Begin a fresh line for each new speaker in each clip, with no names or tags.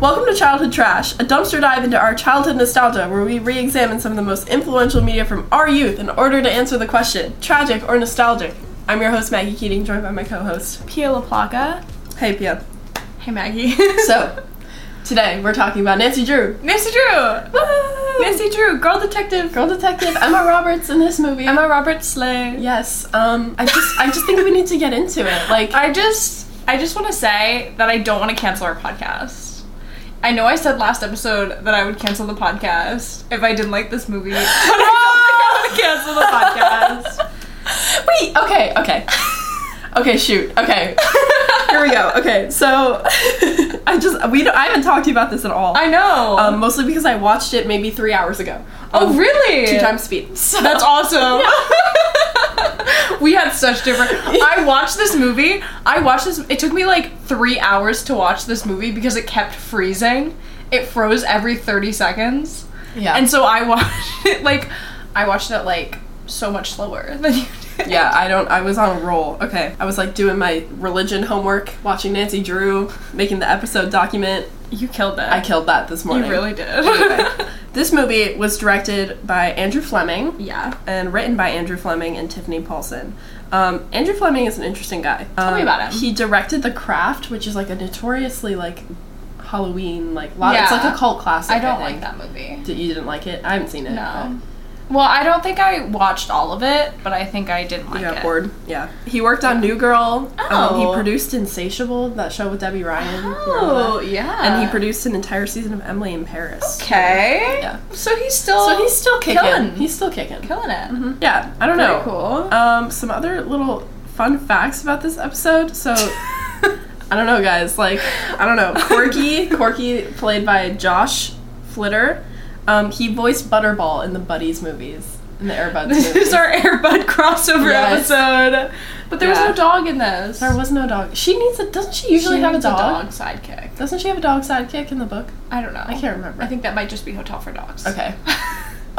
Welcome to Childhood Trash, a dumpster dive into our childhood nostalgia where we re examine some of the most influential media from our youth in order to answer the question tragic or nostalgic. I'm your host, Maggie Keating, joined by my co host.
Pia LaPlaca.
Hey, Pia.
Hey, Maggie.
So, today we're talking about Nancy Drew.
Nancy Drew.
Woo!
Nancy Drew, girl detective.
Girl detective Emma Roberts in this movie.
Emma Roberts Slay.
Yes. Um. I just. I just think we need to get into it. Like.
I just, I just want to say that I don't want to cancel our podcast. I know I said last episode that I would cancel the podcast if I didn't like this movie, but I don't think I would cancel the podcast.
Wait. Okay. Okay. Okay. Shoot. Okay. Here we go. Okay. So. I just. We. Don't, I haven't talked to you about this at all.
I know.
um. Mostly because I watched it maybe three hours ago.
oh,
Um,
really?
Two times speed. So.
That's awesome. we had such different. I watched this movie. I watched this. It took me like three hours to watch this movie because it kept freezing. It froze every 30 seconds.
Yeah.
And so I watched it like. I watched it like so much slower than you did.
yeah, I don't. I was on a roll. Okay, I was like doing my religion homework, watching Nancy Drew, making the episode document.
You killed that.
I killed that this
You
morning.
really did.
Anyway, this movie was directed by Andrew Fleming
yeah.
and written by Andrew Fleming and Tiffany Paulson. Um, Andrew Fleming is an interesting guy. Tell
me about him.
He directed The Craft, which is like a notoriously like Halloween like lot. It's
Yeah.
like a cult classic.
I don't
think.
like that movie.
Did- You didn't like it? I haven't seen it. Oh.
No. Well, I don't think I watched all of it, but I think I didn't
but
like
You got
it.
bored. Yeah. He worked on New Girl. Um,
Oh.
he produced Insatiable, that show with Debbie Ryan. You remember that?
Oh, yeah.
And he produced an entire season of Emily in Paris.
Okay.
Yeah.
So he's still
So he's still kicking.
Killing.
He's still kicking.
killing it.
Yeah, I don't
Very
know.
cool.
Um, some other little fun facts about this episode. So
Um,
I don't know, guys. Like I don't know. Corky, Corky, played by Josh Flitter. Um, he voiced Butterball in the Buddies movies, in the Airbuds
this
movies.
is our Airbud crossover
Yes.
episode. But there
Yeah.
was no dog in this.
there was no dog. She needs a. Doesn't she usually
She
have a
needs a
dog?
sidekick.
Doesn't she have a dog sidekick in the book?
I don't know.
I can't remember.
I think that might just be Hotel for Dogs.
Okay.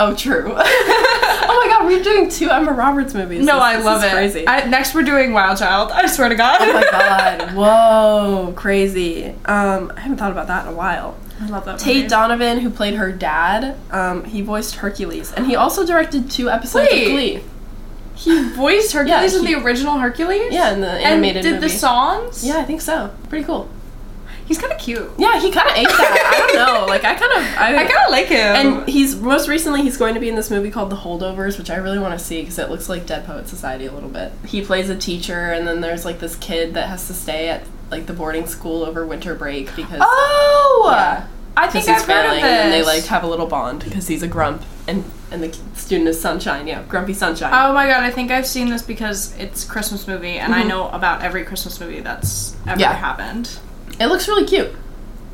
Oh, true. oh my God, we're doing two Emma Roberts movies.
no,
This-
I
this
love
is
it.
Crazy.
I, next, we're doing Wild Child. I swear to God.
Oh my god. Whoa, crazy. Um, I haven't thought about that in a while.
I love that.
Tate
movie.
Donovan, who played her dad, um, he voiced Hercules, and he also directed two episodes
Wait.
of Glee.
He voiced Hercules
Yeah,
in
he-
the original Hercules.
Yeah, in the
And
animated
did
movie.
the songs?
Yeah, I think so. Pretty cool.
He's kind of cute.
Yeah, he kind of ate that. I don't know. Like I kind of. I,
I kind of like him.
And he's most recently he's going to be in this movie called The Holdovers, which I really want to see because it looks like Dead Poet Society a little bit. He plays a teacher, and then there's like this kid that has to stay at like the boarding school over winter break because
oh,
Yeah.
I
Because
think
he's
I've heard of
failing,
this.
and they like have a little bond because he's a grump, and and the student is sunshine. Yeah, grumpy sunshine.
Oh my god, I think I've seen this because it's a Christmas movie and I
Mhm.
know about every Christmas movie that's ever
Yeah.
happened.
it looks really cute.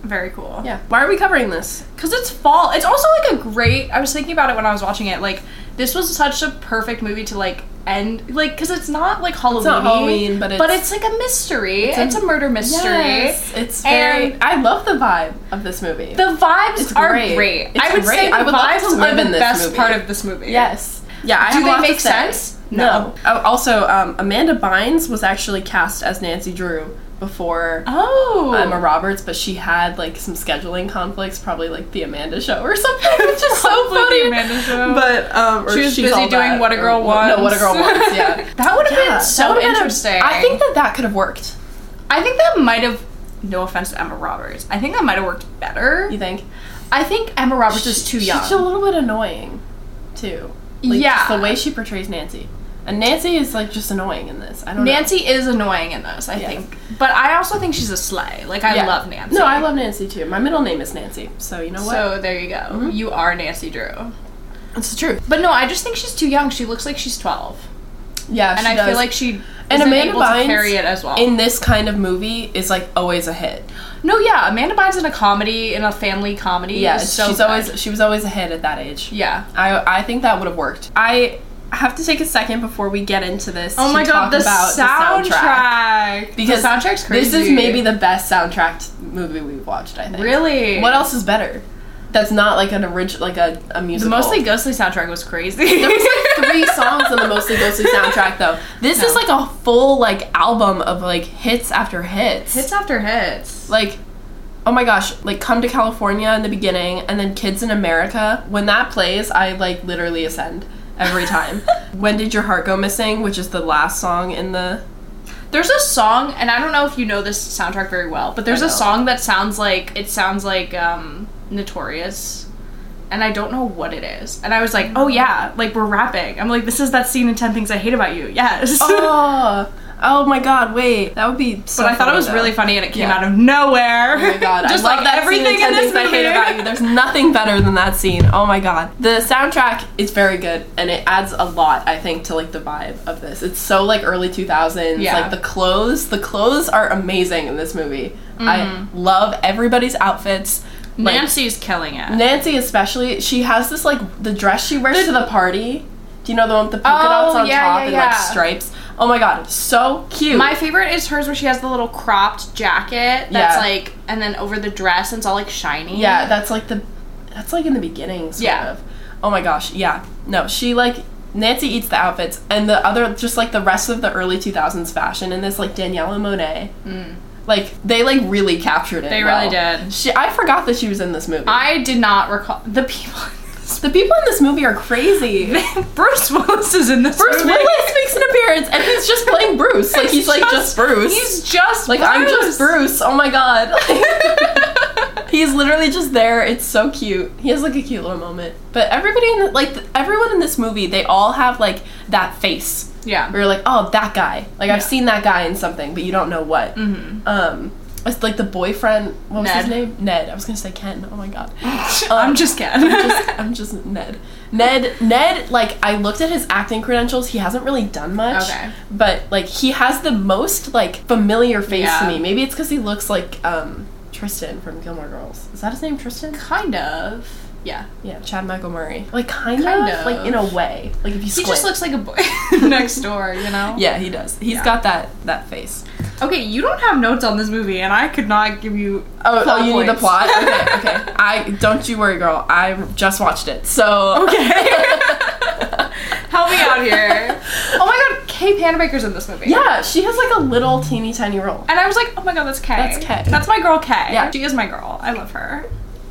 Very cool.
Yeah. Why are we covering this?
Cuz it's fall. It's also like a great I was thinking about it when I was watching it like this was such a perfect movie to like end like cuz it's not like Halloween.
Halloween, but it's-
like a mystery. It's
a-
a, murder mystery.
Yes, it's very.
And-
I love the vibe of this movie.
The vibes
It's
are
great.
great.
It's
I would
great.
say the
I would love
vibes
to live
are
in
the
this
best
movie.
part of this movie.
yes. Yeah. I
Do
have
they
lots to
make
say.
sense?
No. Oh, also, um, Amanda Bynes was actually cast as Nancy Drew before.
Oh.
Emma Roberts, but she had like some scheduling conflicts, probably like the Amanda Show or something, which is so
Probably The
funny.
Amanda Show.
But um, or
She was
She's
busy
All
doing
That,
What a
or
Girl
No, what a girl
Wants.
wants. Yeah,
That would have
Yeah,
been
that
so
would've been a-
interesting.
I think that that could have worked.
I think that might have. No offense to Emma Roberts. I think that might have worked better.
You think?
I think Emma Roberts is too young.
She's a little bit annoying, too. Like,
Yeah.
just the way she portrays Nancy, and Nancy is like just annoying in this. I don't know.
Nancy is annoying in this, I
Yeah.
think. But I also think she's a sleigh. Like, I
Yeah.
love Nancy.
No, I love Nancy too. My middle name is Nancy, so you know what?
So there you go.
Mm-hmm.
You are Nancy Drew.
it's the truth.
But no, I just think she's too young. She looks like she's 12.
Yeah,
And
she
I
does.
feel like she
And
isn't
Amanda
able
Bynes
to carry it as well.
in this kind of movie is like always a hit.
no, yeah. Amanda Bynes in a comedy, in a family comedy.
Yeah,
is so
she's
good.
always she was always a hit at that age.
Yeah.
I I think that would have worked. I have to take a second before we get into this.
Oh
to
my
talk
god, the
about
soundtrack.
the soundtrack.
Because the soundtrack's crazy.
This is maybe the best soundtrack movie we've watched. I think.
Really?
What else is better? That's not like an original, like a a
The
musical.
Mostly Ghostly soundtrack was crazy.
There was like three songs in the Mostly Ghostly soundtrack, though. This is
No.
like a full like album of like hits after hits.
Hits after hits.
Like, oh my gosh, like Come to California in the beginning, and then Kids in America. When that plays, I like literally ascend every time. when Did Your Heart Go Missing, which is the last song in the.
There's a song, and I don't know if you know this soundtrack very well, but there's
I
a
know.
song that sounds like it sounds like um, Notorious, and I don't know what it is. And I was like, oh yeah, like we're rapping. I'm like, this is that scene in Ten Things I Hate About You. Yes.
Oh, oh my god, wait. That would be so
but I thought
funny,
it was
though.
really funny, and it came
Yeah.
out of nowhere.
Oh my god,
just
I love
like
that
everything
scene, 10
in this
things I
movie.
hate about you. There's nothing better than that scene. Oh my god. The soundtrack is very good and it adds a lot, I think, to like the vibe of this. It's so like early 2000s.
Yeah.
Like the clothes, the clothes are amazing in this movie. I
Mm-hmm.
love everybody's outfits. Like,
Nancy's killing it.
Nancy especially, she has this like the dress she wears to the party. Do you know the one with the polka
Oh,
dots on
yeah,
top
yeah,
and
yeah.
like stripes? Oh my god, so cute.
My favorite is hers where she has the little cropped jacket that's
Yeah.
like, and then over the dress, and it's all like shiny.
Yeah, that's like the that's like in the beginning sort
Yeah.
of. Oh my gosh, yeah. No, she like Nancy eats the outfits and the other just like the rest of the early 2000s fashion in this like Daniela Monet. Like they like really captured it.
Mm. They really
well.
did.
She I forgot that she was in this movie.
I did not recall the people.
the people in this movie are crazy.
Bruce Willis is in this.
Bruce
movie.
Willis makes an appearance and he's just playing Bruce. Like he's like just Bruce.
He's just
like I'm just Bruce. Oh my god. He's literally just there. It's so cute. He has like a cute little moment. But everybody in the, like th- everyone in this movie, they all have like that face.
yeah.
We're like, oh, that guy. Like
Yeah.
I've seen that guy in something, but you don't know what.
Mm-hmm.
Um, it's like the boyfriend. What was his
Ned.
name? Ned. I was gonna say Ken. Oh my god.
I'm just kidding.
I'm just, I'm just Ned. Ned, Ned, like I looked at his acting credentials. He hasn't really done much.
Okay.
But like he has the most like familiar face
Yeah.
to me. Maybe it's because he looks like um Tristan from Gilmore Girls. Is that his name, Tristan?
kind of. Yeah.
Yeah, Chad Michael Murray. Like kind,
Kind
of,
of.
like in a way. Like if you
He
squint.
just looks like a boy next door, you know.
Yeah, he does. He's
Yeah.
got that that face.
Okay, you don't have notes on this movie, and I could not give you.
Oh,
Plot
oh, you need the
points.
plot. Okay, okay. I don't you worry, girl. I just watched it, so
Okay. Help me out here. Oh my god, Kay Panabaker's in this movie.
yeah, she has like a little teeny tiny role.
And I was like, oh my god, that's Kay.
That's Kay.
That's my girl Kay.
Yeah.
She is my girl. I love her.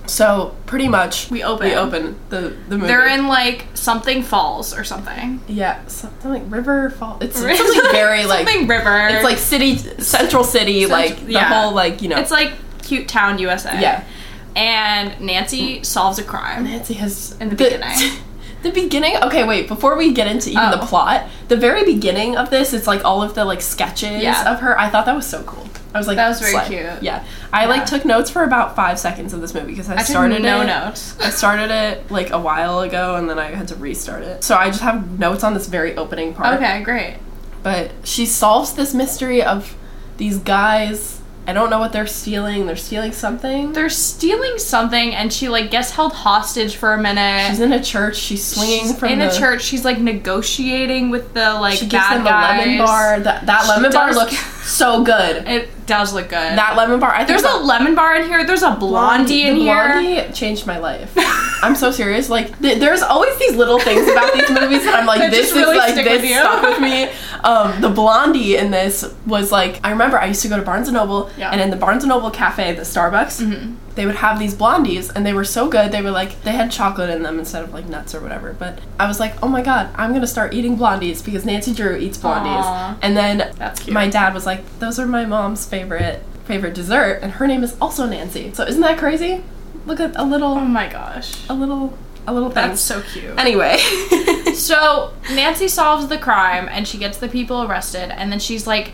So pretty much
We open.
We open the the movie.
They're in like something falls or something.
yeah something like river fall. It's something very like
something river.
it's like city central city like the
yeah.
whole like you know
it's like cute town USA.
yeah.
And Nancy solves a crime.
Nancy has
In the beginning.
The beginning. Okay, wait. Before we get into even
Oh.
the plot, the very beginning of this, it's like all of the like sketches
Yeah.
of her. I thought that was so cool. I was like,
That was very
slay.
cute.
Yeah, I
Yeah.
like took notes for about five seconds of this movie because I,
I
started
started no
it.
notes.
I started it like a while ago and then I had to restart it. So I just have notes on this very opening part.
Okay, great.
But she solves this mystery of these guys. I don't know what they're stealing. They're stealing something.
They're stealing something, and she like gets held hostage for a minute.
She's in a church. She's swinging
She's
from
in
the,
a church. She's like negotiating with the like
She gives
bad
them
guys.
a lemon bar. That, that
She
lemon bar
does-
looks so good.
It does look good.
That lemon bar. I think
There's
the
a lemon bar in here. There's a
Blondie-
blondie in
the
here.
Blondie changed my life. I'm so serious. Like, th- there's always these little things about these movies that I'm like,
That
this
just really
is like
stick
this
with you.
stuck with me. Um, the Blondie in this was like, I remember I used to go to Barnes and Noble,
Yeah. Mm-hmm.
and in the Barnes and Noble cafe, the Starbucks. They would have these blondies, and they were so good. They were like they had chocolate in them instead of like nuts or whatever. But I was like, oh my god, I'm gonna start eating blondies because Nancy Drew eats blondies.
Aw.
And then
That's cute.
my dad was like, "Those are my mom's favorite favorite dessert, and her name is also Nancy." So isn't that crazy? Look at a
oh
little,
my gosh,
a little, a little thing.
that's so cute.
anyway.
So Nancy solves the crime and she gets the people arrested, and then she's like,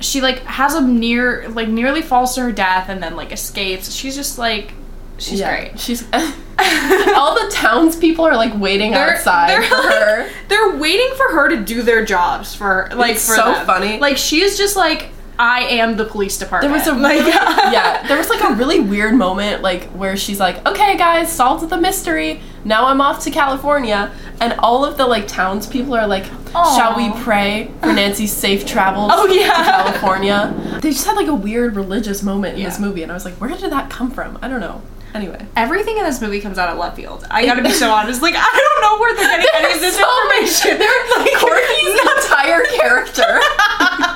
she like has a near like nearly falls to her death, and then like escapes. She's just like, she's
yeah,
great.
She's all the townspeople are like waiting outside for
like,
her.
They're waiting for her to do their jobs for like
It's
for
so
them.
funny.
Like she is just like I am the police
There
department.
was a
like
really, yeah. There was like a really weird moment, like where she's like, "Okay, guys, solved the mystery. Now I'm off to California." And all of the like townspeople are like,
Aw.
"Shall we pray for Nancy's safe travels
Oh, yeah.
to California?" They just had like a weird religious moment in this
Yeah.
movie, and I was like, "Where did that come from?" I don't know. Anyway,
everything in this movie comes out of left field. I gotta be so honest. Like I don't know where they're getting any of this information.
They're like Corky's entire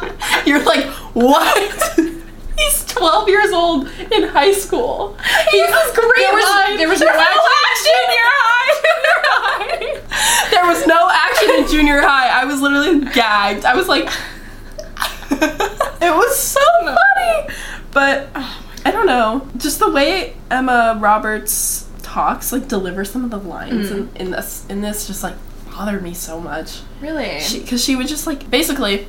character. You're like, what? He's 12. 12 years old in high school. He has this great
there was-
line.
there was no action.
in your high. Junior high. there was no action in junior high. I was literally gagged. I was like, it was so funny. But I don't know. Just the way Emma Roberts talks, like delivers some of the lines
Mm.
in, in this in this just like bothered me so much.
Really?
Because she, would just like basically,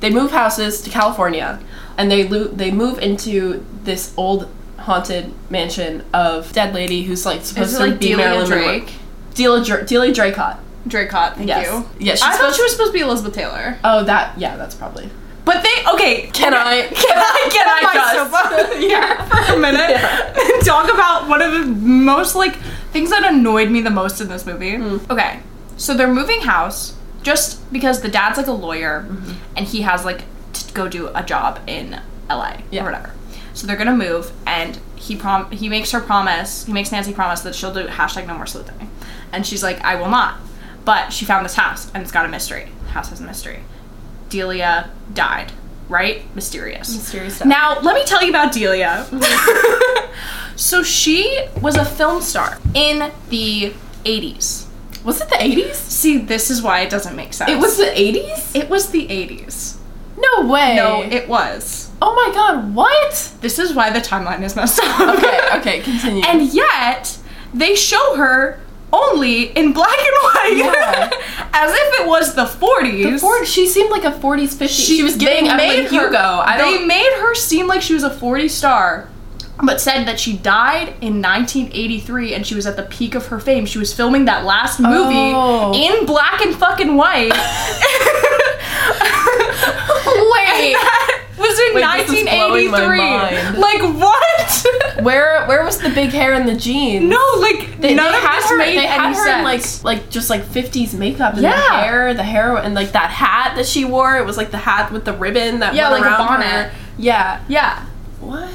they move houses to California, and they lo- they move into this old haunted mansion of dead lady who's like supposed
Is it
to
like
be
Delia
Marilyn Monroe.
Drake?
Delia, Dra- Delia Dracott.
Dracott, thank
Yes.
you.
Yeah, she's
I thought
supposed-
she was supposed to be Elizabeth Taylor.
Oh, that yeah, that's probably.
But they okay.
Can I? Can I? Can
Put
I
myself
just?
up here for a minute and talk about one of the most like things that annoyed me the most in this movie. Okay, so they're moving house just because the dad's like a lawyer and he has like to go do a job in LA
Yeah.
or whatever. So they're gonna move and he prom he makes her promise he makes Nancy promise that she'll do hashtag no more sleuthing, and she's like I will not. But she found this house and it's got a mystery. The house has a mystery. Delia died, right? Mysterious.
Mysterious death.
Now, let me tell you about Delia. so she was a film star in the 80s.
Was it the eighties?
See, this is why it doesn't make sense.
It was the eighties.
it was the 80s.
No way.
No, it was.
oh my god! What?
This is why the timeline is messed up.
Okay. Okay. Continue.
And yet, they show her only in black and white.
Yeah.
As if it was the 40s.
The Ford, she seemed like a 40s, 50s. She, was getting
they
up like
her-
Hugo. I
they
don't.
made her seem like she was a 40 star, but said that she died in 1983 and she was at the peak of her fame. She was filming that last movie
Oh.
in black and fucking white.
Wait.
And that was in
Wait, this is blowing my mind.
1983. Like what?
Where where was the big hair and the jeans?
no, like
They,
none
they
of
had
this
her,
made
they had
any
her in
sense.
like like just like 50s makeup and the
Yeah.
hair, the hair and like that hat that she wore. It was like the hat with the ribbon that
Yeah,
went
like a
around
bonnet.
her. Yeah.
yeah.
What?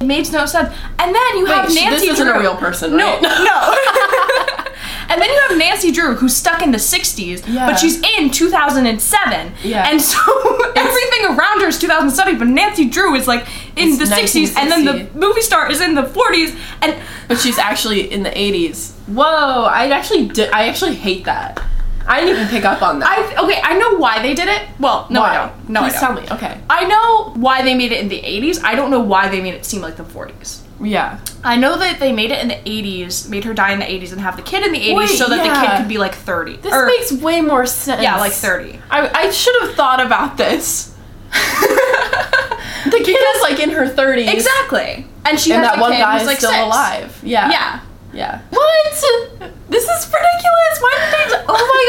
It made no sense. And then you have
Wait, she-
Nancy
this isn't a
Drew.
real person, right?
No, no. and then you have Nancy Drew, who's stuck in the 60s,
Yeah.
but she's in 2007.
Yeah.
And so everything around her is 2007, but Nancy Drew is like in
It's
the 60s, and then
1960.
the movie star is in the 40s, and
But she's actually in the 80s. Whoa! I actually did. I actually hate that. I didn't even pick up on that.
I okay, I know why they did it. Well, no,
Why?
I don't. No,
Please
I don't.
tell me. Okay.
I know why they made it in the 80s. I don't know why they made it seem like the 40s.
Yeah.
I know that they made it in the 80s, made her die in the 80s and have the kid in the 80s
Wait,
so that the
yeah.
kid could be like 30.
This
Or-
makes way more sense.
Er, Yeah, like 30.
I, I should have thought about this. The kid is like in her 30s.
exactly. And she
And
has
that
a
one
kid
guy
who's
is
like
still
six.
alive. Yeah.
Yeah.
Yeah. What? This is ridiculous. Why did they. do- oh my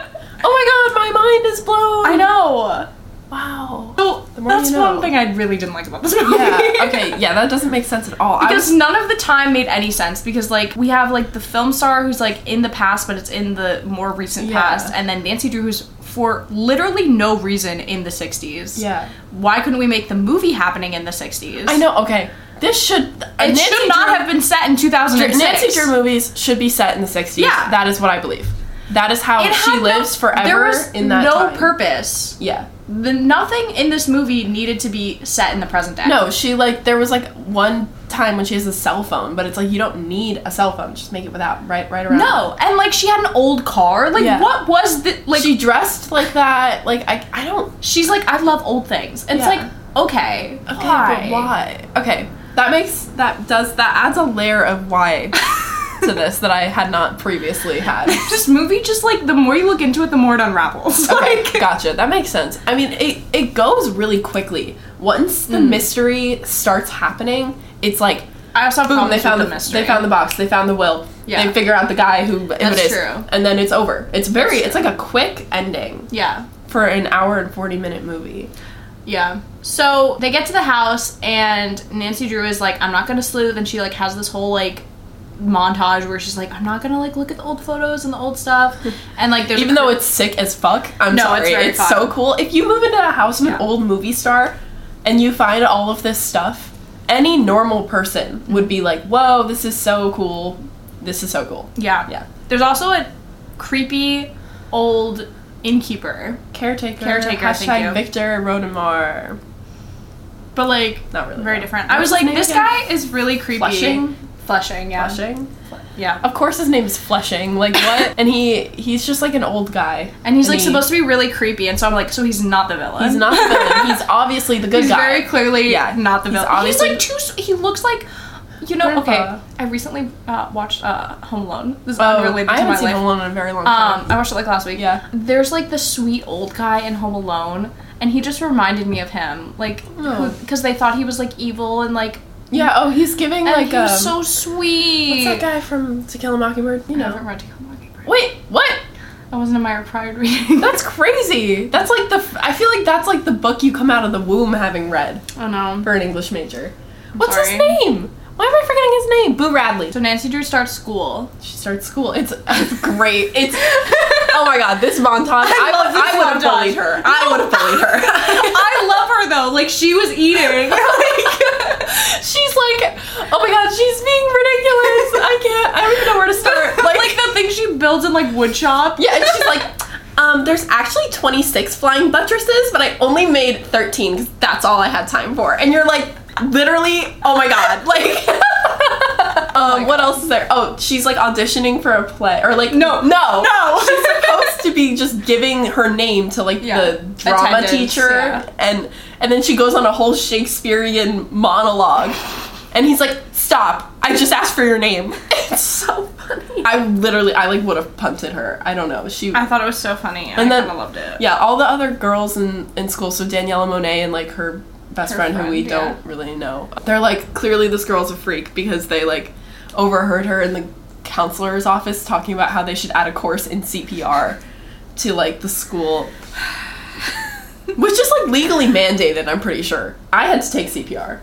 god. Oh my god, my mind is blown.
I know.
Wow.
So
more
that's
you know.
one thing I really didn't like about this movie.
Yeah. Okay. Yeah, that doesn't make sense at all. I
Because
was-
none of the time made any sense because like we have like the film star who's like in the past but it's in the more recent
Yeah.
past and then Nancy Drew who's for literally no reason in the 60s.
yeah.
Why couldn't we make the movie happening in the 60s?
I know. Okay. This should.
It should not have been set in 2006.
Nancy Drew movies should be set in the 60s.
Yeah.
That is what I believe. That is how
It
she
had no-
lives forever
there was
in that
no
time.
purpose.
Yeah.
The, nothing in this movie needed to be set in the present day.
No, she like there was like one time when she has a cell phone, but it's like you don't need a cell phone. Just make it without right right around.
No, and like she had an old car. Like
Yeah.
what was the like?
Like she dressed like that. Like I I don't
she's like I love old things. And
Yeah.
It's like okay,
okay, but why? Okay. That makes that does that adds a layer of why to this that I had not previously had.
This movie just like the more you look into it, the more it unravels.
Okay,
Like
gotcha. That makes sense. I mean, it it goes really quickly. Once the
Hmm.
mystery starts happening, it's like
I also have
boom,
problems
they found
with
the
the mystery.
they found the box, they found the will.
Yeah.
They figure out the guy who who it
That's
is,
true.
and then it's over. It's very it's
That's
like a quick ending
yeah.
for an hour and forty minute movie.
Yeah. So they get to the house and Nancy Drew is like, I'm not gonna sleuth and she like has this whole like montage where she's like, I'm not gonna like look at the old photos and the old stuff and like there's
Even though it's sick as fuck, I'm
No,
sorry,
it's very fun.
so cool. If you move into a house of an
Yeah.
old movie star, and you find all of this stuff, any normal person would be like, "Whoa, this is so cool! This is so cool!"
Yeah.
Yeah.
There's also a creepy old innkeeper.
Caretaker,
Caretaker,
hashtag
thank you.
Victor Rodemar.
but like
Not really.
very
no.
different.
What
I was
his
like,
name
this
again?
guy is really creepy.
Flushing?
Flushing, yeah.
Flushing.
Yeah.
Of course, his name's Flushing. Like what? and he he's just like an old guy.
And he's like
he-
supposed to be really creepy, and so I'm like, so he's not the villain.
He's not the villain. He's obviously the good
He's
guy.
very clearly
Yeah,
not the
he's
villain.
obviously-
he's like too. s- He looks like, you know.
Grandpa.
Okay, I recently uh, watched uh, Home Alone. This is
oh,
unrelated
I
to
haven't
my
seen
life.
Home Alone in a very long time.
Um, I watched it like last week.
Yeah.
There's like the sweet old guy in Home Alone, and he just reminded me of him, like,
Oh.
because they thought he was like evil and like,
yeah. Oh, he's giving
and
like
he was
um,
so sweet.
What's that guy from To Kill a Mockingbird? You
I
know.
haven't read To Kill a Mockingbird.
Wait, what?
That wasn't in my prior reading.
That's crazy. That's like the. f- I feel like that's like the book you come out of the womb having read
oh no.
for an English major. What's his
sorry.
name? Why am I forgetting his name? Boo Radley.
So Nancy Drew starts school.
She starts school. It's great. It's oh my god, this montage. I,
love this
I would have
montage.
bullied her. I would have bullied her.
I love her though. Like she was eating.
Like, she's like, oh my god, she's being ridiculous. I can't. I don't even know where to start.
like, the thing she builds in like wood shop.
Yeah, and she's like, um, there's actually 26 flying buttresses, but I only made 13 because that's all I had time for. And you're like, literally, oh my god, like. Um, what else is there? Oh, she's like auditioning for a play, or like
No.
no,
No.
She's "Oh, supposed to be just giving her name to like
Yeah.
the drama
Attendance,
teacher,
yeah.
and and then she goes on a whole Shakespearean monologue, and he's like, "Stop! I just asked for your name." It's so funny. I literally, I like would have punted her. I don't know. She
I thought it was so funny.
And
I
then-
kind of loved it.
yeah, all the other girls in, in school, so Daniela Monet and like her best
Her
friend, who
friend,
we
yeah.
don't really know, they're like, clearly this girl's a freak because they like overheard her in the counselor's office talking about how they should add a course in CPR to like the school. Which is like legally mandated, I'm pretty sure. I had to take CPR.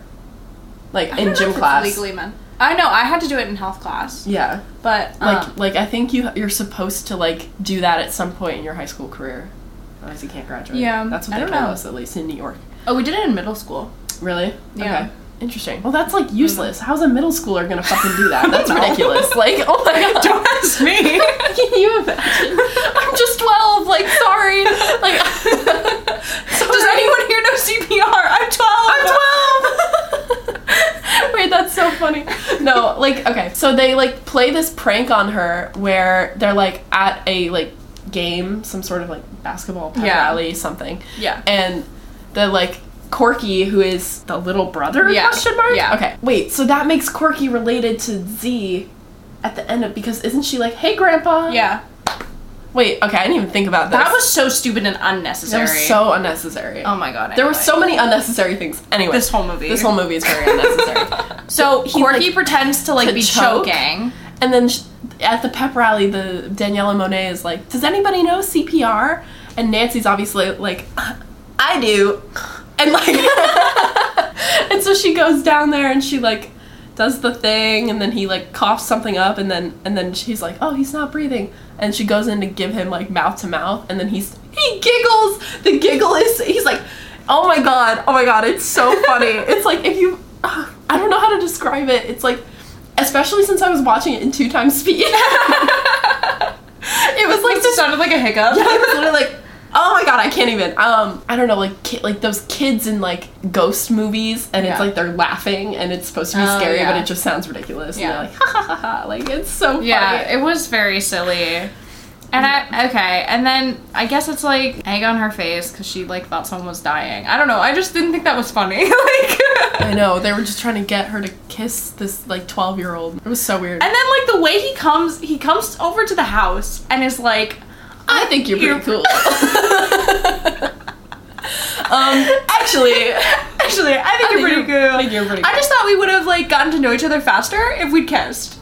Like
I don't know
in
if
gym
it's
class.
Legally, man. I know. I had to do it in health class,
yeah.
but
Like
um,
like I think you you're supposed to like do that at some point in your high school career. Otherwise you can't graduate.
Yeah,
That's what
I
they
don't
told
know.
us at least in New York.
oh, we did it in middle school.
Really?
Yeah. Mm-hmm.
Okay. Interesting. Well, that's like useless. How's a middle schooler gonna fucking do that? That's
No.
ridiculous. Like, oh my god.
Don't ask me.
Can you imagine? I'm just 12. Like, sorry. Like,
Does
sorry.
anyone here know CPR? I'm twelve.
I'm 12. Wait, that's so funny. No, like okay. So they like play this prank on her where they're like at a like game, some sort of like basketball pep
Yeah.
rally, something.
Yeah.
And the like Corky, who is the little brother?
Yeah.
Question mark.
Yeah.
Okay. Wait. So that makes Corky related to Z at the end of because isn't she like, hey, Grandpa?
Yeah.
Wait. Okay. I didn't even think about this.
That was so stupid and
that
unnecessary.
was so unnecessary.
Oh my god.
There were
anyway.
so many unnecessary things. Anyway,
This whole movie.
This whole movie is very unnecessary.
So
He,
Corky
like,
pretends to like
to
be
choke.
choking.
And then sh at the pep rally, the Daniela Monet is like, "Does anybody know CPR?" And Nancy's obviously like, "I do," and like, and so she goes down there and she like does the thing, and then he like coughs something up, and then and then she's like, "Oh, he's not breathing," and she goes in to give him like mouth to mouth, and then he's he giggles. The giggle is he's like, "Oh my god, oh my god, it's so funny." it's like if you, I don't know how to describe it. It's like especially since I was watching it in two times speed. it was like
Like, it
this.
sounded like a hiccup.
I was literally like, oh my god, I can't even. Um, I don't know, like ki- like those kids in like ghost movies, and it's
Yeah.
like they're laughing, and it's supposed to be
Oh,
scary, but
yeah.
it just sounds ridiculous.
Yeah.
And they're like, ha ha ha ha, like it's so funny.
Yeah, it was very silly. And I okay, and then I guess it's like egg on her face because she like thought someone was dying. I don't know. I just didn't think that was funny. like,
I know they were just trying to get her to kiss this like twelve year old. It was so weird.
and then like the way he comes, he comes over to the house and is like,
I think you're pretty
You're-
cool. um, actually,
actually, I think you're pretty
you're- I
cool.
think you're pretty
I just thought we would have like gotten to know each other faster if we'd kissed.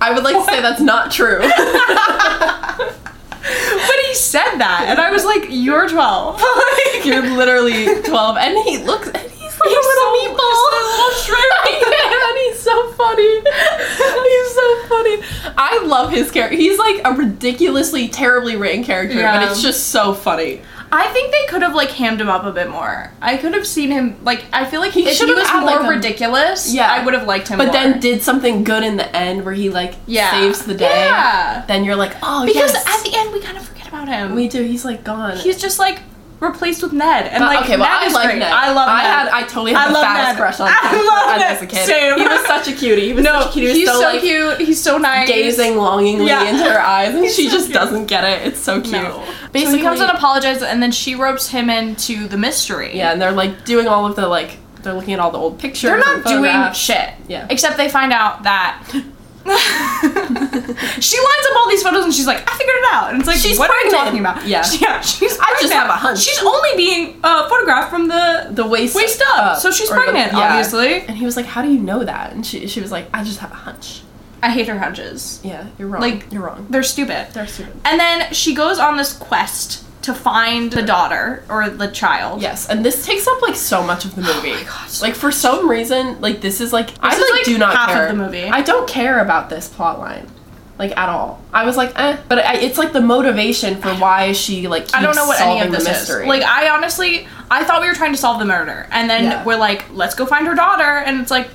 I would like to say that's not true.
But he said that, and I was like, "You're 12." like,
You're literally 12, and he looks, and he's like
He's
a little
so-
meatball,
he's a little shrimp.
and he's so funny. He's so funny. I love his character. He's like a ridiculously terribly written character,
Yeah.
but it's just so funny.
I think they could have like hammed him up a bit more. I could have seen him like I feel like he if he
should've
was
had,
more
like, a-
ridiculous.
Yeah.
I would have liked him.
But
more.
then did something good in the end where he like
Yeah.
saves the day.
Yeah.
Then you're like, oh
because
yes.
at the end we kind of forget about him.
we do. He's like gone.
He's just like replaced with Ned. And
But,
like
okay, well,
Ned
I
is
like
great.
Ned.
I love
I
Ned.
had, I totally had
I
the
love
fattest
Ned.
crush on
I
him
love
when I was a
Ned.
kid.
Same.
He was such a cutie. He was
no,
such a cutie. He was
he's so,
like,
cute. He's so nice.
gazing longingly
Yeah.
into her eyes, and
He's
she
so
just
cute.
doesn't get it. It's so cute.
No. Basically, he comes and apologizes, and then she ropes him into the mystery.
yeah, and they're like doing all of the like they're looking at all the old pictures.
They're
and
not doing
photographs.
shit.
Yeah.
Except they find out that. she lines up all these photos and she's like, I figured it out. And it's like,
She's
what are you
pregnant.
talking about?
Yeah.
She- yeah she's
I just
pregnant.
have a hunch.
She's only being uh, photographed from the
The waist
waist up. so she's
or the-
pregnant,
yeah.
obviously.
And he was like, "How do you know that?" And she she was like, "I just have a hunch."
I hate her hunches.
Yeah, you're wrong.
Like-
you're wrong.
They're stupid.
They're stupid.
And then she goes on this quest to find the daughter or the child.
Yes, and this takes up like so much
Oh
of the movie. like for some reason, like this is like I
is,
like,
like,
do not
half of
care.
the movie.
I don't care about this plot line. Like at all, I was like, eh. But I, it's like the motivation for why she like. Keeps
I don't know what
solving
any of this
the mystery.
is. Like, I honestly, I thought we were trying to solve the murder, and then
Yeah.
we're like, let's go find her daughter, and it's like,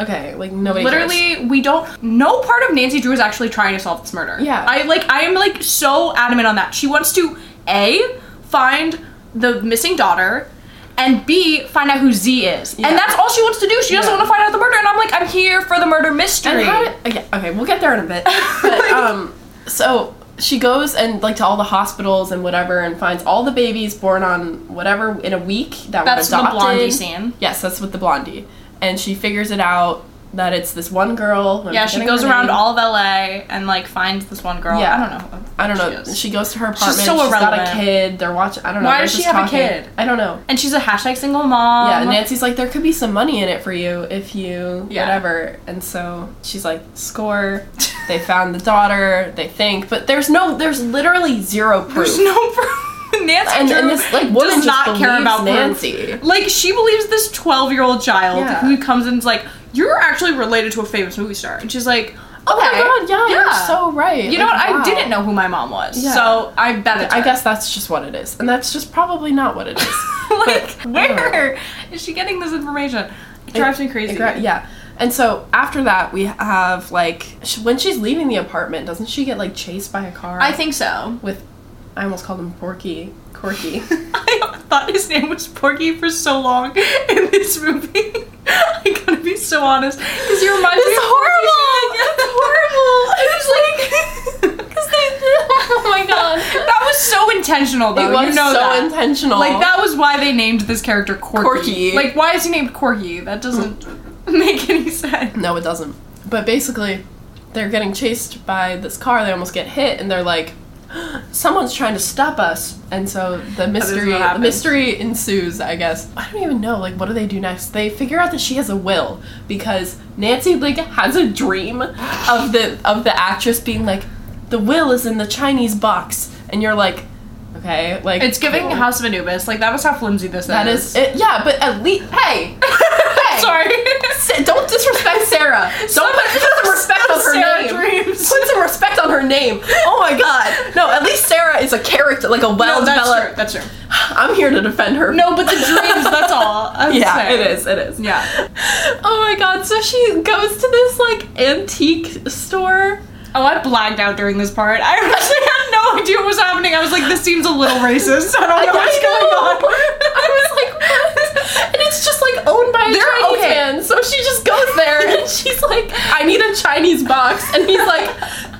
okay, like nobody. cares.
literally, we don't. No part of Nancy Drew is actually trying to solve this murder.
Yeah.
I like, I am like so adamant on that. She wants to a find the missing daughter. And B, find out who Z is,
Yeah.
and that's all she wants to do. She doesn't
Yeah.
want to find out the murder, and I'm like, I'm here for the murder mystery.
And how did, okay, okay, we'll get there in a bit. But, um, so she goes and like to all the hospitals and whatever, and finds all the babies born on whatever in a week that
That's
were
the
adopted.
Blondie scene.
Yes, that's with the blondie, and she figures it out that it's this one girl. I'm
yeah, she
forgetting
goes
her
around
name.
all of LA and like finds this one girl.
Yeah.
I don't know.
I don't
who
know. She,
is.
goes to her apartment.
so
she's got a
irrelevant.
kid. They're watching. I don't know.
Why
they're
does she
just
have a
talking.
kid?
I don't know.
And she's a hashtag single mom.
Yeah, Nancy's like, there could be some money in it for you if you
Yeah.
whatever. And so she's like, score. they found the daughter. They think, but there's no, there's literally zero proof.
There's no proof. Nancy
and,
Drew
and this like woman
does
just
not care
believes
about Nancy.
Nancy.
Like she believes this twelve-year-old child
Yeah.
who comes and is like, "You're actually related to a famous movie star," and she's like, "Okay,
Oh my god, yeah, you're so right.
You know what?
Like, wow.
I didn't know who my mom was,
Yeah.
so I bet it's
I
her.
guess that's just what it is, and that's just probably not what it is.
like,
but-
where is she getting this information? It drives me crazy.
Gra- Yeah. And so after that, we have like sh- when she's leaving the apartment, doesn't she get like chased by a car?
I think so.
with I almost called him Porky, Corky.
I thought his name was Porky for so long in this movie. I gotta be so honest, because he reminds me. of
horrible.
It's horrible. It was like, because they.
oh my god,
That was so intentional, though.
it was
you know
so
that.
intentional.
Like that was why they named this character Corky.
Corky.
Like why is he named Corky? That doesn't make any sense.
No, it doesn't. But basically, they're getting chased by this car. They almost get hit, and they're like, "Someone's trying to stop us." And so the mystery, the
what happens.
mystery ensues. I guess I don't even know. Like, what do they do next? They figure out that she has a will because Nancy like has a dream of the of the actress being like, "The will is in the Chinese box," and you're like, "Okay, like
It's giving
cool.
House of Anubis. Like that was how flimsy this
Oh. that is it. Yeah, but at least hey, hey,
Sorry.
Sa- Don't disrespect Sarah. Don't put put some respect on her
Sarah
name.
dreams.
Put some respect on her name. Oh my god. No, at least Sarah is a character, like a
No, that's true.
well-developed.
That's true.
I'm here to defend her.
No, but the dreams. That's all. I'm
Yeah,
saying.
it is. It is.
Yeah.
Oh my god. So she goes to this like antique store.
Oh, I blagged out during this part. I actually had no idea what was happening. I was like, this seems a little racist. I don't know what's going on.
I was like, what? And it's just like owned by a
They're-
Chinese
okay.
man. So she just goes there and she's like, I need a Chinese box. And he's like,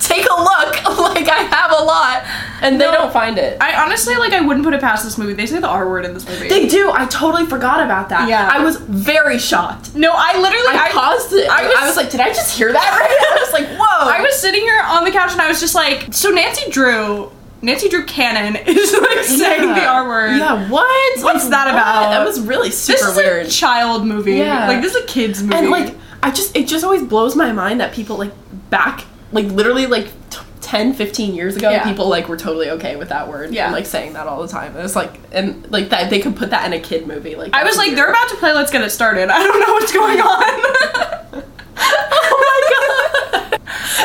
take a look. Like, I have a lot. And they
No.
don't find it.
I honestly like I wouldn't put it past this movie. They say the R word in this movie.
They do. I totally forgot about that.
Yeah.
I was very shocked.
no, I literally
I, paused it. I
I
was,
was-
like, did I just hear that right? I was like, whoa.
I was sitting here on the couch and I was just like, so Nancy Drew, Nancy Drew Cannon is like saying the R word.
Yeah, what?
What's that about?
That was really
This
super
is
weird.
a child movie.
Yeah.
Like this is a kids movie.
and like, I just, it just always blows my mind that people like back, like literally like t- 10, 15 years ago,
Yeah.
people like were totally okay with that word.
Yeah.
And like saying that all the time. It was like, and like that they could put that in a kid movie. Like,
I was
that's
like,
weird.
they're about to play Let's Get It Started. I don't know what's going on. oh my god.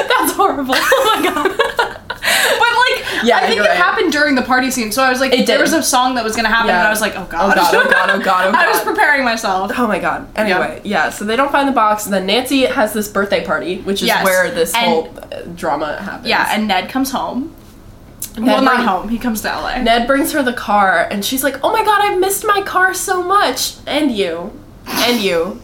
that's horrible. Oh my god.
But like,
Yeah,
I think
you're
it
right.
happened during the party scene, so I was like,
It
there
did.
was a song that was gonna happen,
Yeah.
and I was like, oh god,
Oh God, oh God, oh God, oh
I was
God.
preparing myself.
Oh my god. Anyway, yeah. so they don't find the box, and then Nancy has this birthday party, which is
Yes.
where this
And-
whole uh, drama happens.
Yeah, and Ned comes home, well, not
bring-
home. He comes to LA.
Ned brings her the car, and she's like, "Oh my god, I've missed my car so much, and you, and you,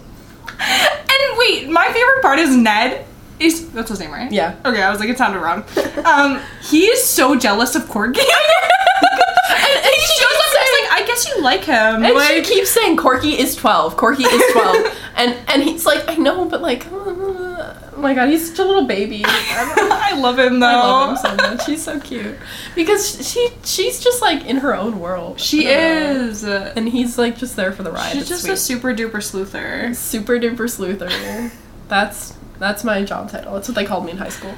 And wait, my favorite part is Ned. Is that's his name, right?
Yeah.
Okay, I was like, it sounded wrong. Um, he is so jealous of Corky. and,
and
he
she
shows up
keeps
and he's like, I guess you like him.
and
like,
she keeps saying Corky is twelve, Corky is twelve, and and he's like, I know, but like, oh my god, he's such a little baby.
I love him though.
I love him so much. He's so cute because she she's just like in her own world.
She
I don't know.
is. uh,
and he's like just there for the ride.
She's
It's
just
sweet.
a super duper sleuther.
super duper sleuther. that's that's my job title. That's what they called me in high school.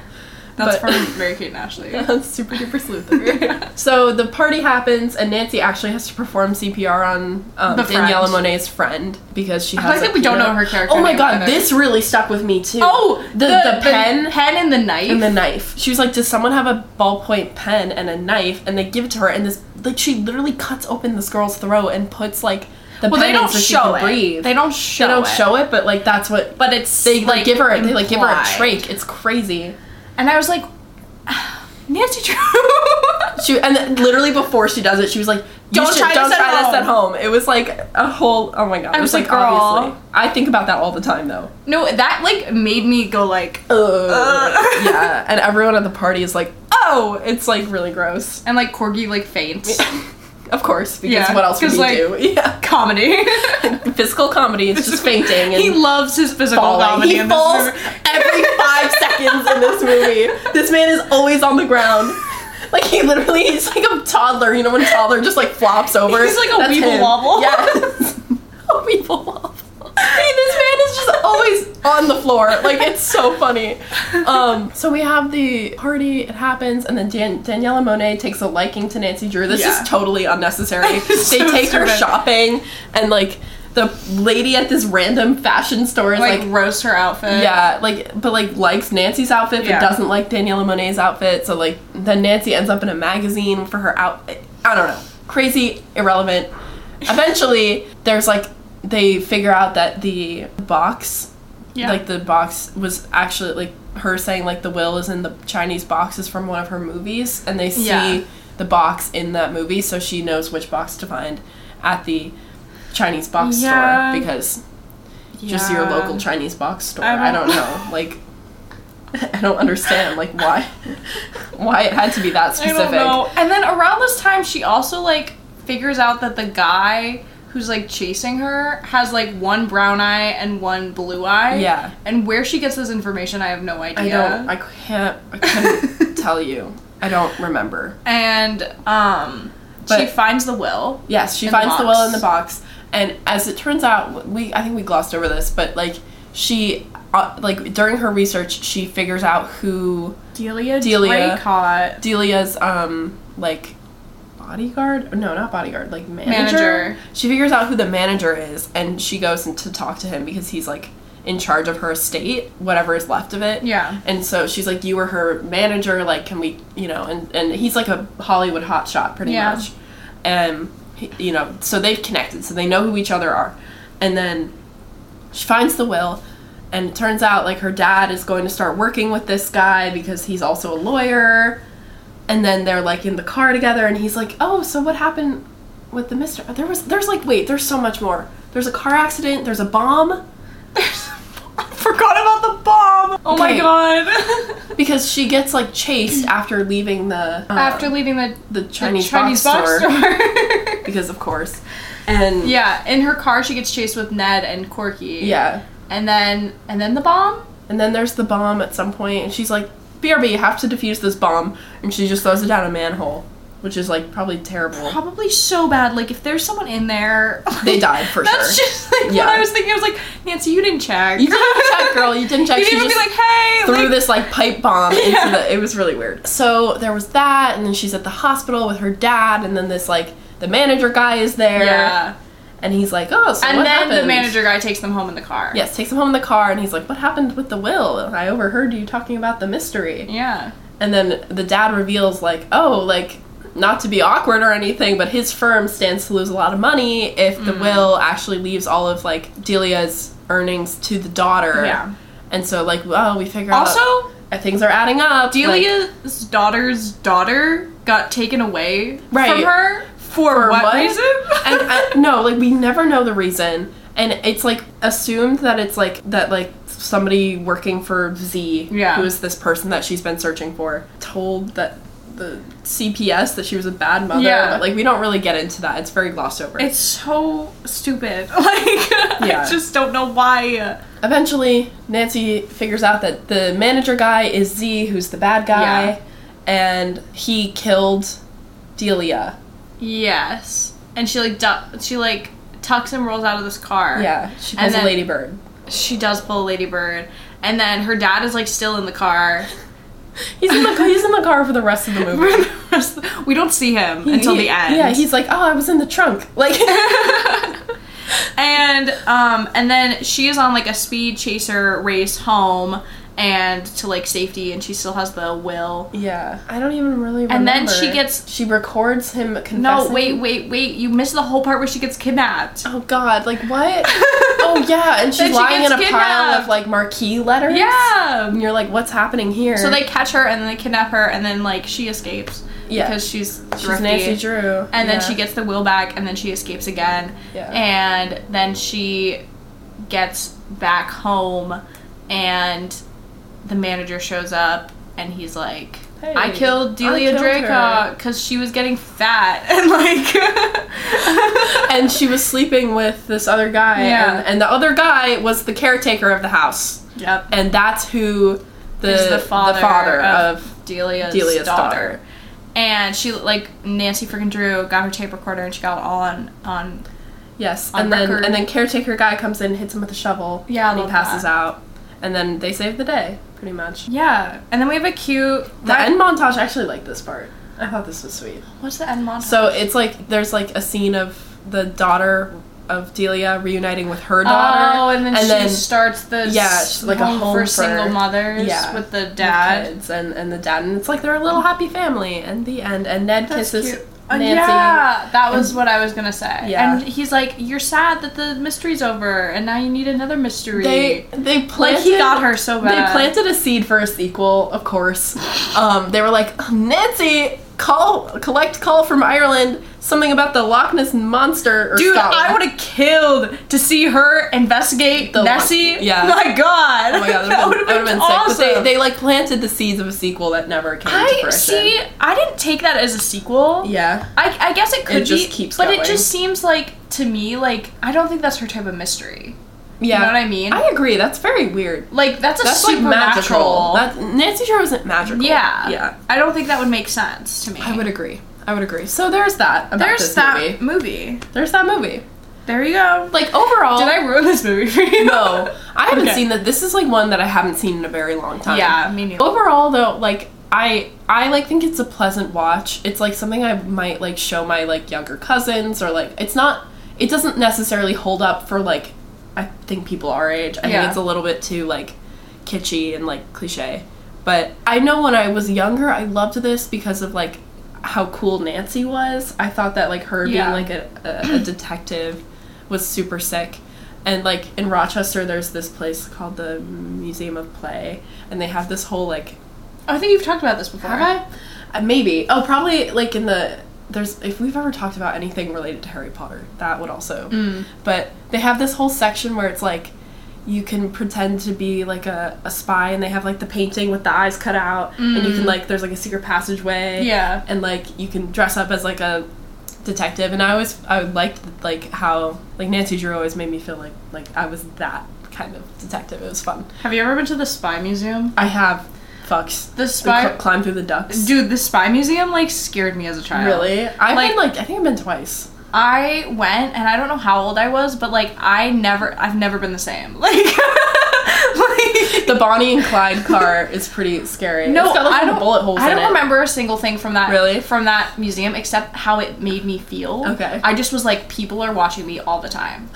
That's
But- Oh,
from Mary Kate and Ashley.
super duper sleuther. so the party happens, and Nancy actually has to perform CPR on um,
The
Daniela
friend.
Monet's friend because she
I
has.
like
a
that we don't
peanut-
know her character
Oh my
name
god,
either.
this really stuck with me too. the the, pen.
Oh, pen and the knife.
and the knife. She was like, "Does someone have a ballpoint pen and a knife?" And they give it to her, and this like she literally cuts open this girl's throat and puts like the pen
well, they
in
don't
so she
show
can
it.
breathe.
They don't show.
They don't
it.
show it, but like that's what
But it's
they like, give her. They like give her a
implied.
trach. It's crazy.
And I was like, Nancy Drew.
She and then literally before she does it, she was like, you
Don't
should-
try this
don't
at
try this
home."
at home." It was like a whole. Oh my god!
I
It
was like, "Girl."
obviously. I think about that all the time though.
no, that like made me go like,
Ugh. yeah, and everyone at the party is like, "Oh, it's like really gross."
and like Corgi like faints.
of course, because
Yeah,
what else would
'cause,
you
like-
do? Yeah,
comedy.
physical comedy is just fainting and
he loves his physical
falling.
comedy.
He
in this
falls
movie.
every five seconds in this movie. This man is always on the ground. Like he literally, he's like a toddler. You know when a toddler just like flops over.
He's like a
That's
weeble
him.
wobble.
Yes, a weeble wobble. Hey, this man is just always on the floor. Like it's so funny. Um, so we have the party. It happens, and then Dan- Daniela Monet takes a liking to Nancy Drew. This
Yeah.
is totally unnecessary. they
It's so
take her
stupid.
shopping, and like the lady at this random fashion store is
like,
like
roast her outfit.
yeah, like but like likes Nancy's outfit but
Yeah.
doesn't like Daniela Monet's outfit. So like then Nancy ends up in a magazine for her out. I don't know, crazy, irrelevant. Eventually, there's like they figure out that the box,
yeah.
like the box, was actually like her saying like the will is in the Chinese box is from one of her movies, and they see
Yeah.
the box in that movie, so she knows which box to find at the Chinese box
Yeah.
store because just your
Yeah.
local Chinese box store. I
I
don't,
don't-
know. Like, I don't understand. Like, why, why it had to be that
I
specific?
don't know. And then around this time, she also like figures out that the guy who's like chasing her has like one brown eye and one blue eye.
Yeah.
And where she gets this information, I have no
I
idea.
don't. I can't. I couldn't tell you. I don't remember.
and um, she
But-
finds the will.
Yes, she
In the
finds the,
box.
will in the box, and as it turns out, we I think we glossed over this, but like she, uh, like during her research, she figures out who
Delia.
Delia.
Draycott.
Delia's um like bodyguard no not bodyguard like manager.
Manager.
she figures out who the manager is and she goes in to talk to him because he's like in charge of her estate whatever is left of it
Yeah.
and so she's like you were her manager like can we you know and and he's like a hollywood hotshot pretty
Yeah.
much and he- you know so they've connected so they know who each other are and then she finds the will and it turns out like her dad is going to start working with this guy because he's also a lawyer and then they're like in the car together and he's like oh so what happened with the mister there was there's like wait there's so much more there's a car accident there's a bomb
I forgot about the bomb. Oh
Okay.
my god.
because she gets like chased after leaving the um,
After leaving the
the
the
chinese,
Chinese
box,
box
store,
store.
because of course and
yeah, in her car, she gets chased with Ned and Corky.
yeah
And then and then the bomb.
and then there's the bomb at some point and she's like brb you have to defuse this bomb and she just throws it down a manhole which is like probably terrible
Probably so bad. Like if there's someone in there,
They died for
that's
sure.
just like
Yeah.
what I was thinking. I was like, Nancy, you didn't check.
You didn't check, girl. You didn't check.
You
She
didn't even be
just
like, hey.
threw
like,
this like pipe bomb into
Yeah.
the. It was really weird. So there was that, and then she's at the hospital with her dad, and then this like the manager guy is there,
Yeah.
and he's like, oh, so
And
what
then
happened?
the manager guy takes them home in the car.
Yes, takes him home in the car, and he's like, "What happened with the will? I overheard you talking about the mystery."
Yeah.
And then the dad reveals, like, "Oh, like, not to be awkward or anything, but his firm stands to lose a lot of money if
Mm.
the will actually leaves all of like Delia's earnings to the daughter."
Yeah.
And so, like, well, we figure out
Also,
uh, things are adding up. like-
Delia's daughter's daughter got taken away
Right.
from her for,
For
what,
what?
reason?
and uh, I, no, like we never know the reason, and it's like assumed that it's like that like somebody working for Z,
Yeah.
who is this person that she's been searching for, told that the CPS that she was a bad mother.
Yeah.
but like we don't really get into that. It's very glossed over.
it's so stupid. Like I
Yeah.
just don't know why.
Eventually, Nancy figures out that the manager guy is Z, who's the bad guy,
Yeah.
and he killed Delia.
Yes. And she like du- she like tucks and rolls out of this car.
Yeah, she
And
pulls a
then-
ladybird.
She does pull a ladybird. And then her dad is like still in the car.
He's in the he's in the car for the rest of the movie.
For the rest- we don't see him until
He-
the end.
Yeah, he's like, oh, I was in the trunk. Like,
and um and then she is on like a speed chaser race home and to like safety and she still has the will.
yeah, I don't even really. remember.
And then she gets-
she records him confessing.
No, wait, wait, wait. You missed the whole part where she gets kidnapped.
Oh God, like what? oh yeah, and
Then
she's
she
lying in a pile
gets kidnapped.
of like marquee letters.
Yeah.
and you're like, what's happening here?
So they catch her and then they kidnap her and then like she escapes
Yeah.
because she's thrifty.
she's Nancy Drew,
and then
Yeah.
she gets the will back and then she escapes again
Yeah.
and then she gets back home and the manager shows up and he's like I
Hey,
killed Delia
I killed
Draca
her."
because she was getting fat and like
and she was sleeping with this other guy.
Yeah.
and, and the other guy was the caretaker of the house,
yep
and that's who the
is the father,
of,
Delia's,
Delia's
daughter.
daughter.
and she like Nancy freaking Drew got her tape recorder and she got all on on
Yes,
on
and then
record.
and then caretaker guy comes in, hits him with a shovel.
Yeah, I
and he
love
passes
that.
out, and then they save the day, pretty much.
yeah and then we have a cute
The end montage I actually liked this part. I thought this was sweet.
what's the end montage
So it's like there's like a scene of the daughter of Delia reuniting with her daughter.
Oh, and then she starts the
Yeah,
s-
she's like a home
for,
for-
single mothers
yeah,
with the
with
dad.
kids and, and the dad and it's like they're a little happy family and the end and Ned kisses
Uh,
Nancy.
yeah, that was what I was gonna say.
Yeah.
and he's like, "You're sad that the mystery's over, and now you need another mystery."
They they planted,
like he got her so bad.
They planted a seed for a sequel, of course. Um, they were like, Nancy, call, collect call from Ireland, something about the Loch Ness monster. Or
Dude, I
Scotland."
would have killed to see her investigate
The-
Nessie.
yeah.
my God.
Oh my god,
that
that
would
would
have
have
been,
been
awesome.
sick. But they, they like planted the seeds of a sequel that never came to
I
fruition.
see. I didn't take that as a sequel.
Yeah.
I, I guess it could
It just
be,
keeps
but it
going.
just seems like to me, like I don't think that's her type of mystery.
Yeah.
You know what I mean?
I agree. That's very weird.
like that's a
That's like
supernatural.
magical. That, Nancy Drew isn't magical.
yeah,
Yeah.
I don't think that would make sense to me.
I would agree. I would agree. So there's that about
There's
this
that
movie.
movie.
There's that movie.
There you go.
Like overall,
Did I ruin this movie for you?
No, I haven't
Okay.
seen that. This is like one that I haven't seen in a very long time.
Yeah, me neither.
Overall, though, like I, I like think it's a pleasant watch. It's like something I might like show my like younger cousins or like it's not. It doesn't necessarily hold up for like I think people our age. I
Yeah.
think it's a little bit too like kitschy and like cliche. But I know when I was younger, I loved this because of like how cool Nancy was. I thought that like her
Yeah.
being like a, a, a detective was super sick. And like in Rochester, there's this place called the Museum of Play, and they have this whole like
I think you've talked about this before.
I? Uh, maybe. Oh, probably like in the there's if we've ever talked about anything related to Harry Potter, that would also.
Mm.
But they have this whole section where it's like you can pretend to be like a, a spy and they have like the painting with the eyes cut out and you can like there's like a secret passageway
Mm. Yeah.
and like you can dress up as like a detective and i always i liked like how like nancy drew always made me feel like like i was that kind of detective it was fun
Have you ever been to the Spy Museum?
i have fucks
The Spy-
cl- climb through the ducks
Dude, the Spy Museum like scared me as a child.
Really? I've
Like-
been like I think I've been twice.
I went and I don't know how old I was, but like I never I've never been the same. Like, like
The Bonnie and Clyde car is pretty scary.
no,
it's got like
I
little
don't.
bullet holes
I
in
don't
it.
remember a single thing from that.
Really?
From that museum, except how it made me feel.
Okay.
I just was like, people are watching me all the time,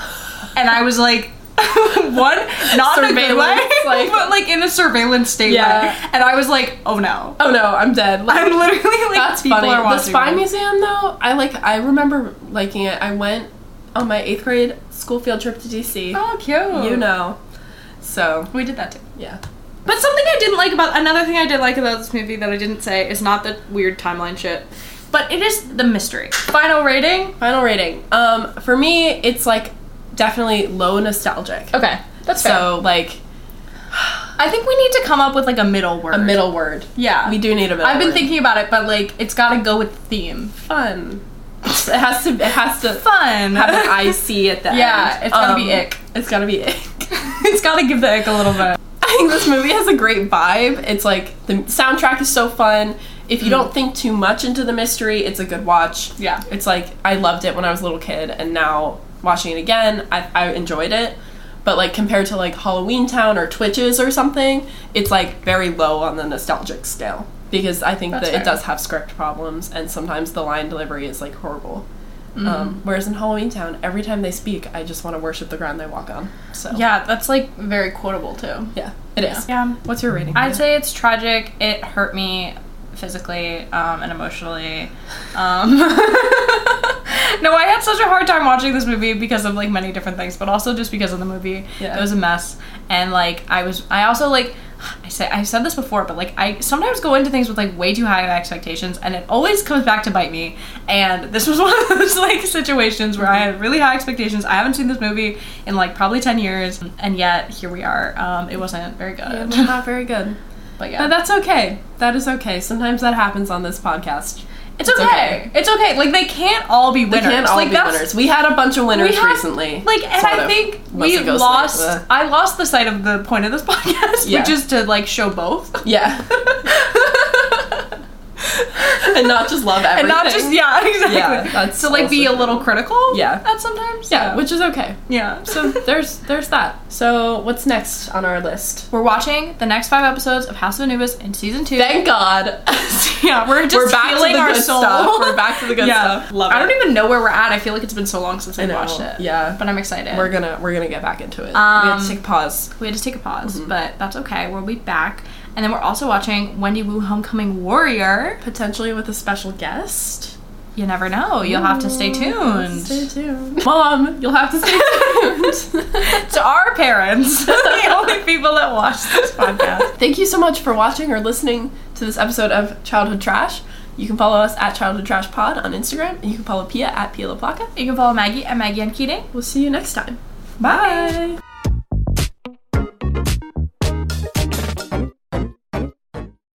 and I was like, what? Not in a good way,
Surveillance, like-
but like in a surveillance state.
Yeah.
way. And I was like, oh no,
Oh no, I'm dead. Like,
I'm literally like,
that's
people
funny.
are
The
watching
Spy
me.
Museum though, I like I remember liking it. I went on my eighth grade school field trip to DC.
Oh, cute.
You know. So
we did that too.
yeah.
But something I didn't like about another thing I did like about this movie that I didn't say is not the weird timeline shit, but it is the mystery. Final rating.
Final rating. Um, for me, it's like definitely low nostalgic.
Okay, that's fair.
So like
I think we need to come up with like a middle word.
a middle word.
Yeah.
We do need a middle.
I've been
word.
thinking about it, but like it's got to go with theme.
fun. It has to. It has to
Fun.
have an IC at the
Yeah,
end.
it's gotta be ick.
It's gotta be ick.
it's got to give the ick a little bit.
I think this movie has a great vibe. It's like the soundtrack is so fun. If you don't think too much into the mystery, it's a good watch.
Mm-hmm. Yeah.
It's like I loved it when I was a little kid, and now watching it again, I, I enjoyed it. But like compared to like Halloween Town or Twitches or something, it's like very low on the nostalgic scale because I think
That's
that
fair.
it does have script problems, and sometimes the line delivery is like horrible.
Mm-hmm.
Um, whereas in Halloween Town, every time they speak, I just want to worship the ground they walk on. So
Yeah, that's like very quotable too.
yeah, it is.
Yeah.
What's your rating?
I'd say it's tragic. It hurt me physically um, and emotionally. Um,
no, I had such a hard time watching this movie because of like many different things, but also just because of the movie.
Yeah.
It was a mess, and like I was, I also like, I say I said this before, but like I sometimes go into things with like way too high of expectations, and it always comes back to bite me. And this was one of those like situations where I had really high expectations. I haven't seen this movie in like probably ten years, and yet here we are. Um, it wasn't very
Yeah,
good,
we're not very good.
but yeah.
But that's okay. That is okay. Sometimes that happens on this podcast.
It's okay. It's okay. Like they can't all be
We
winners.
can't all
like,
be winners. We had a bunch of winners
we had-
recently.
Like, and
sort
I
of.
think
Mostly
we
Ghostlight,
lost.
uh,
I lost the sight of the point of this podcast,
Yeah.
which is to like show both,
yeah, and not just love everything.
and not just yeah, exactly.
Yeah, that's
to like be a
also
little critical.
Yeah.
at sometimes.
yeah,
so-
which is okay.
yeah.
So there's there's that. So what's next on our list?
we're watching the next five episodes of House of Anubis in season two.
Thank God.
yeah, we're just
We're back to
healing
the
our
good
soul.
stuff. We're back to the good
yeah.
stuff. Love
I
it.
don't even know where we're at. I feel like it's been so long since
I
I
know.
watched it.
Yeah.
but I'm excited.
We're gonna we're gonna get back into it. we have
Um,
to take a pause.
We had to take a pause,
Mm-hmm.
but that's okay. We'll be back. And then we're also watching Wendy Wu Homecoming Warrior.
Potentially with a special guest.
You never know. You'll have to stay tuned.
Stay tuned. Mom, you'll have to stay tuned.
to our parents, the only people that watch this podcast.
Thank you so much for watching or listening to this episode of Childhood Trash. You can follow us at Childhood Trash Pod on Instagram, and you can follow Pia at Pia La Placa.
You can follow Maggie at Maggie and Keating.
We'll see you next time.
Bye.
Bye.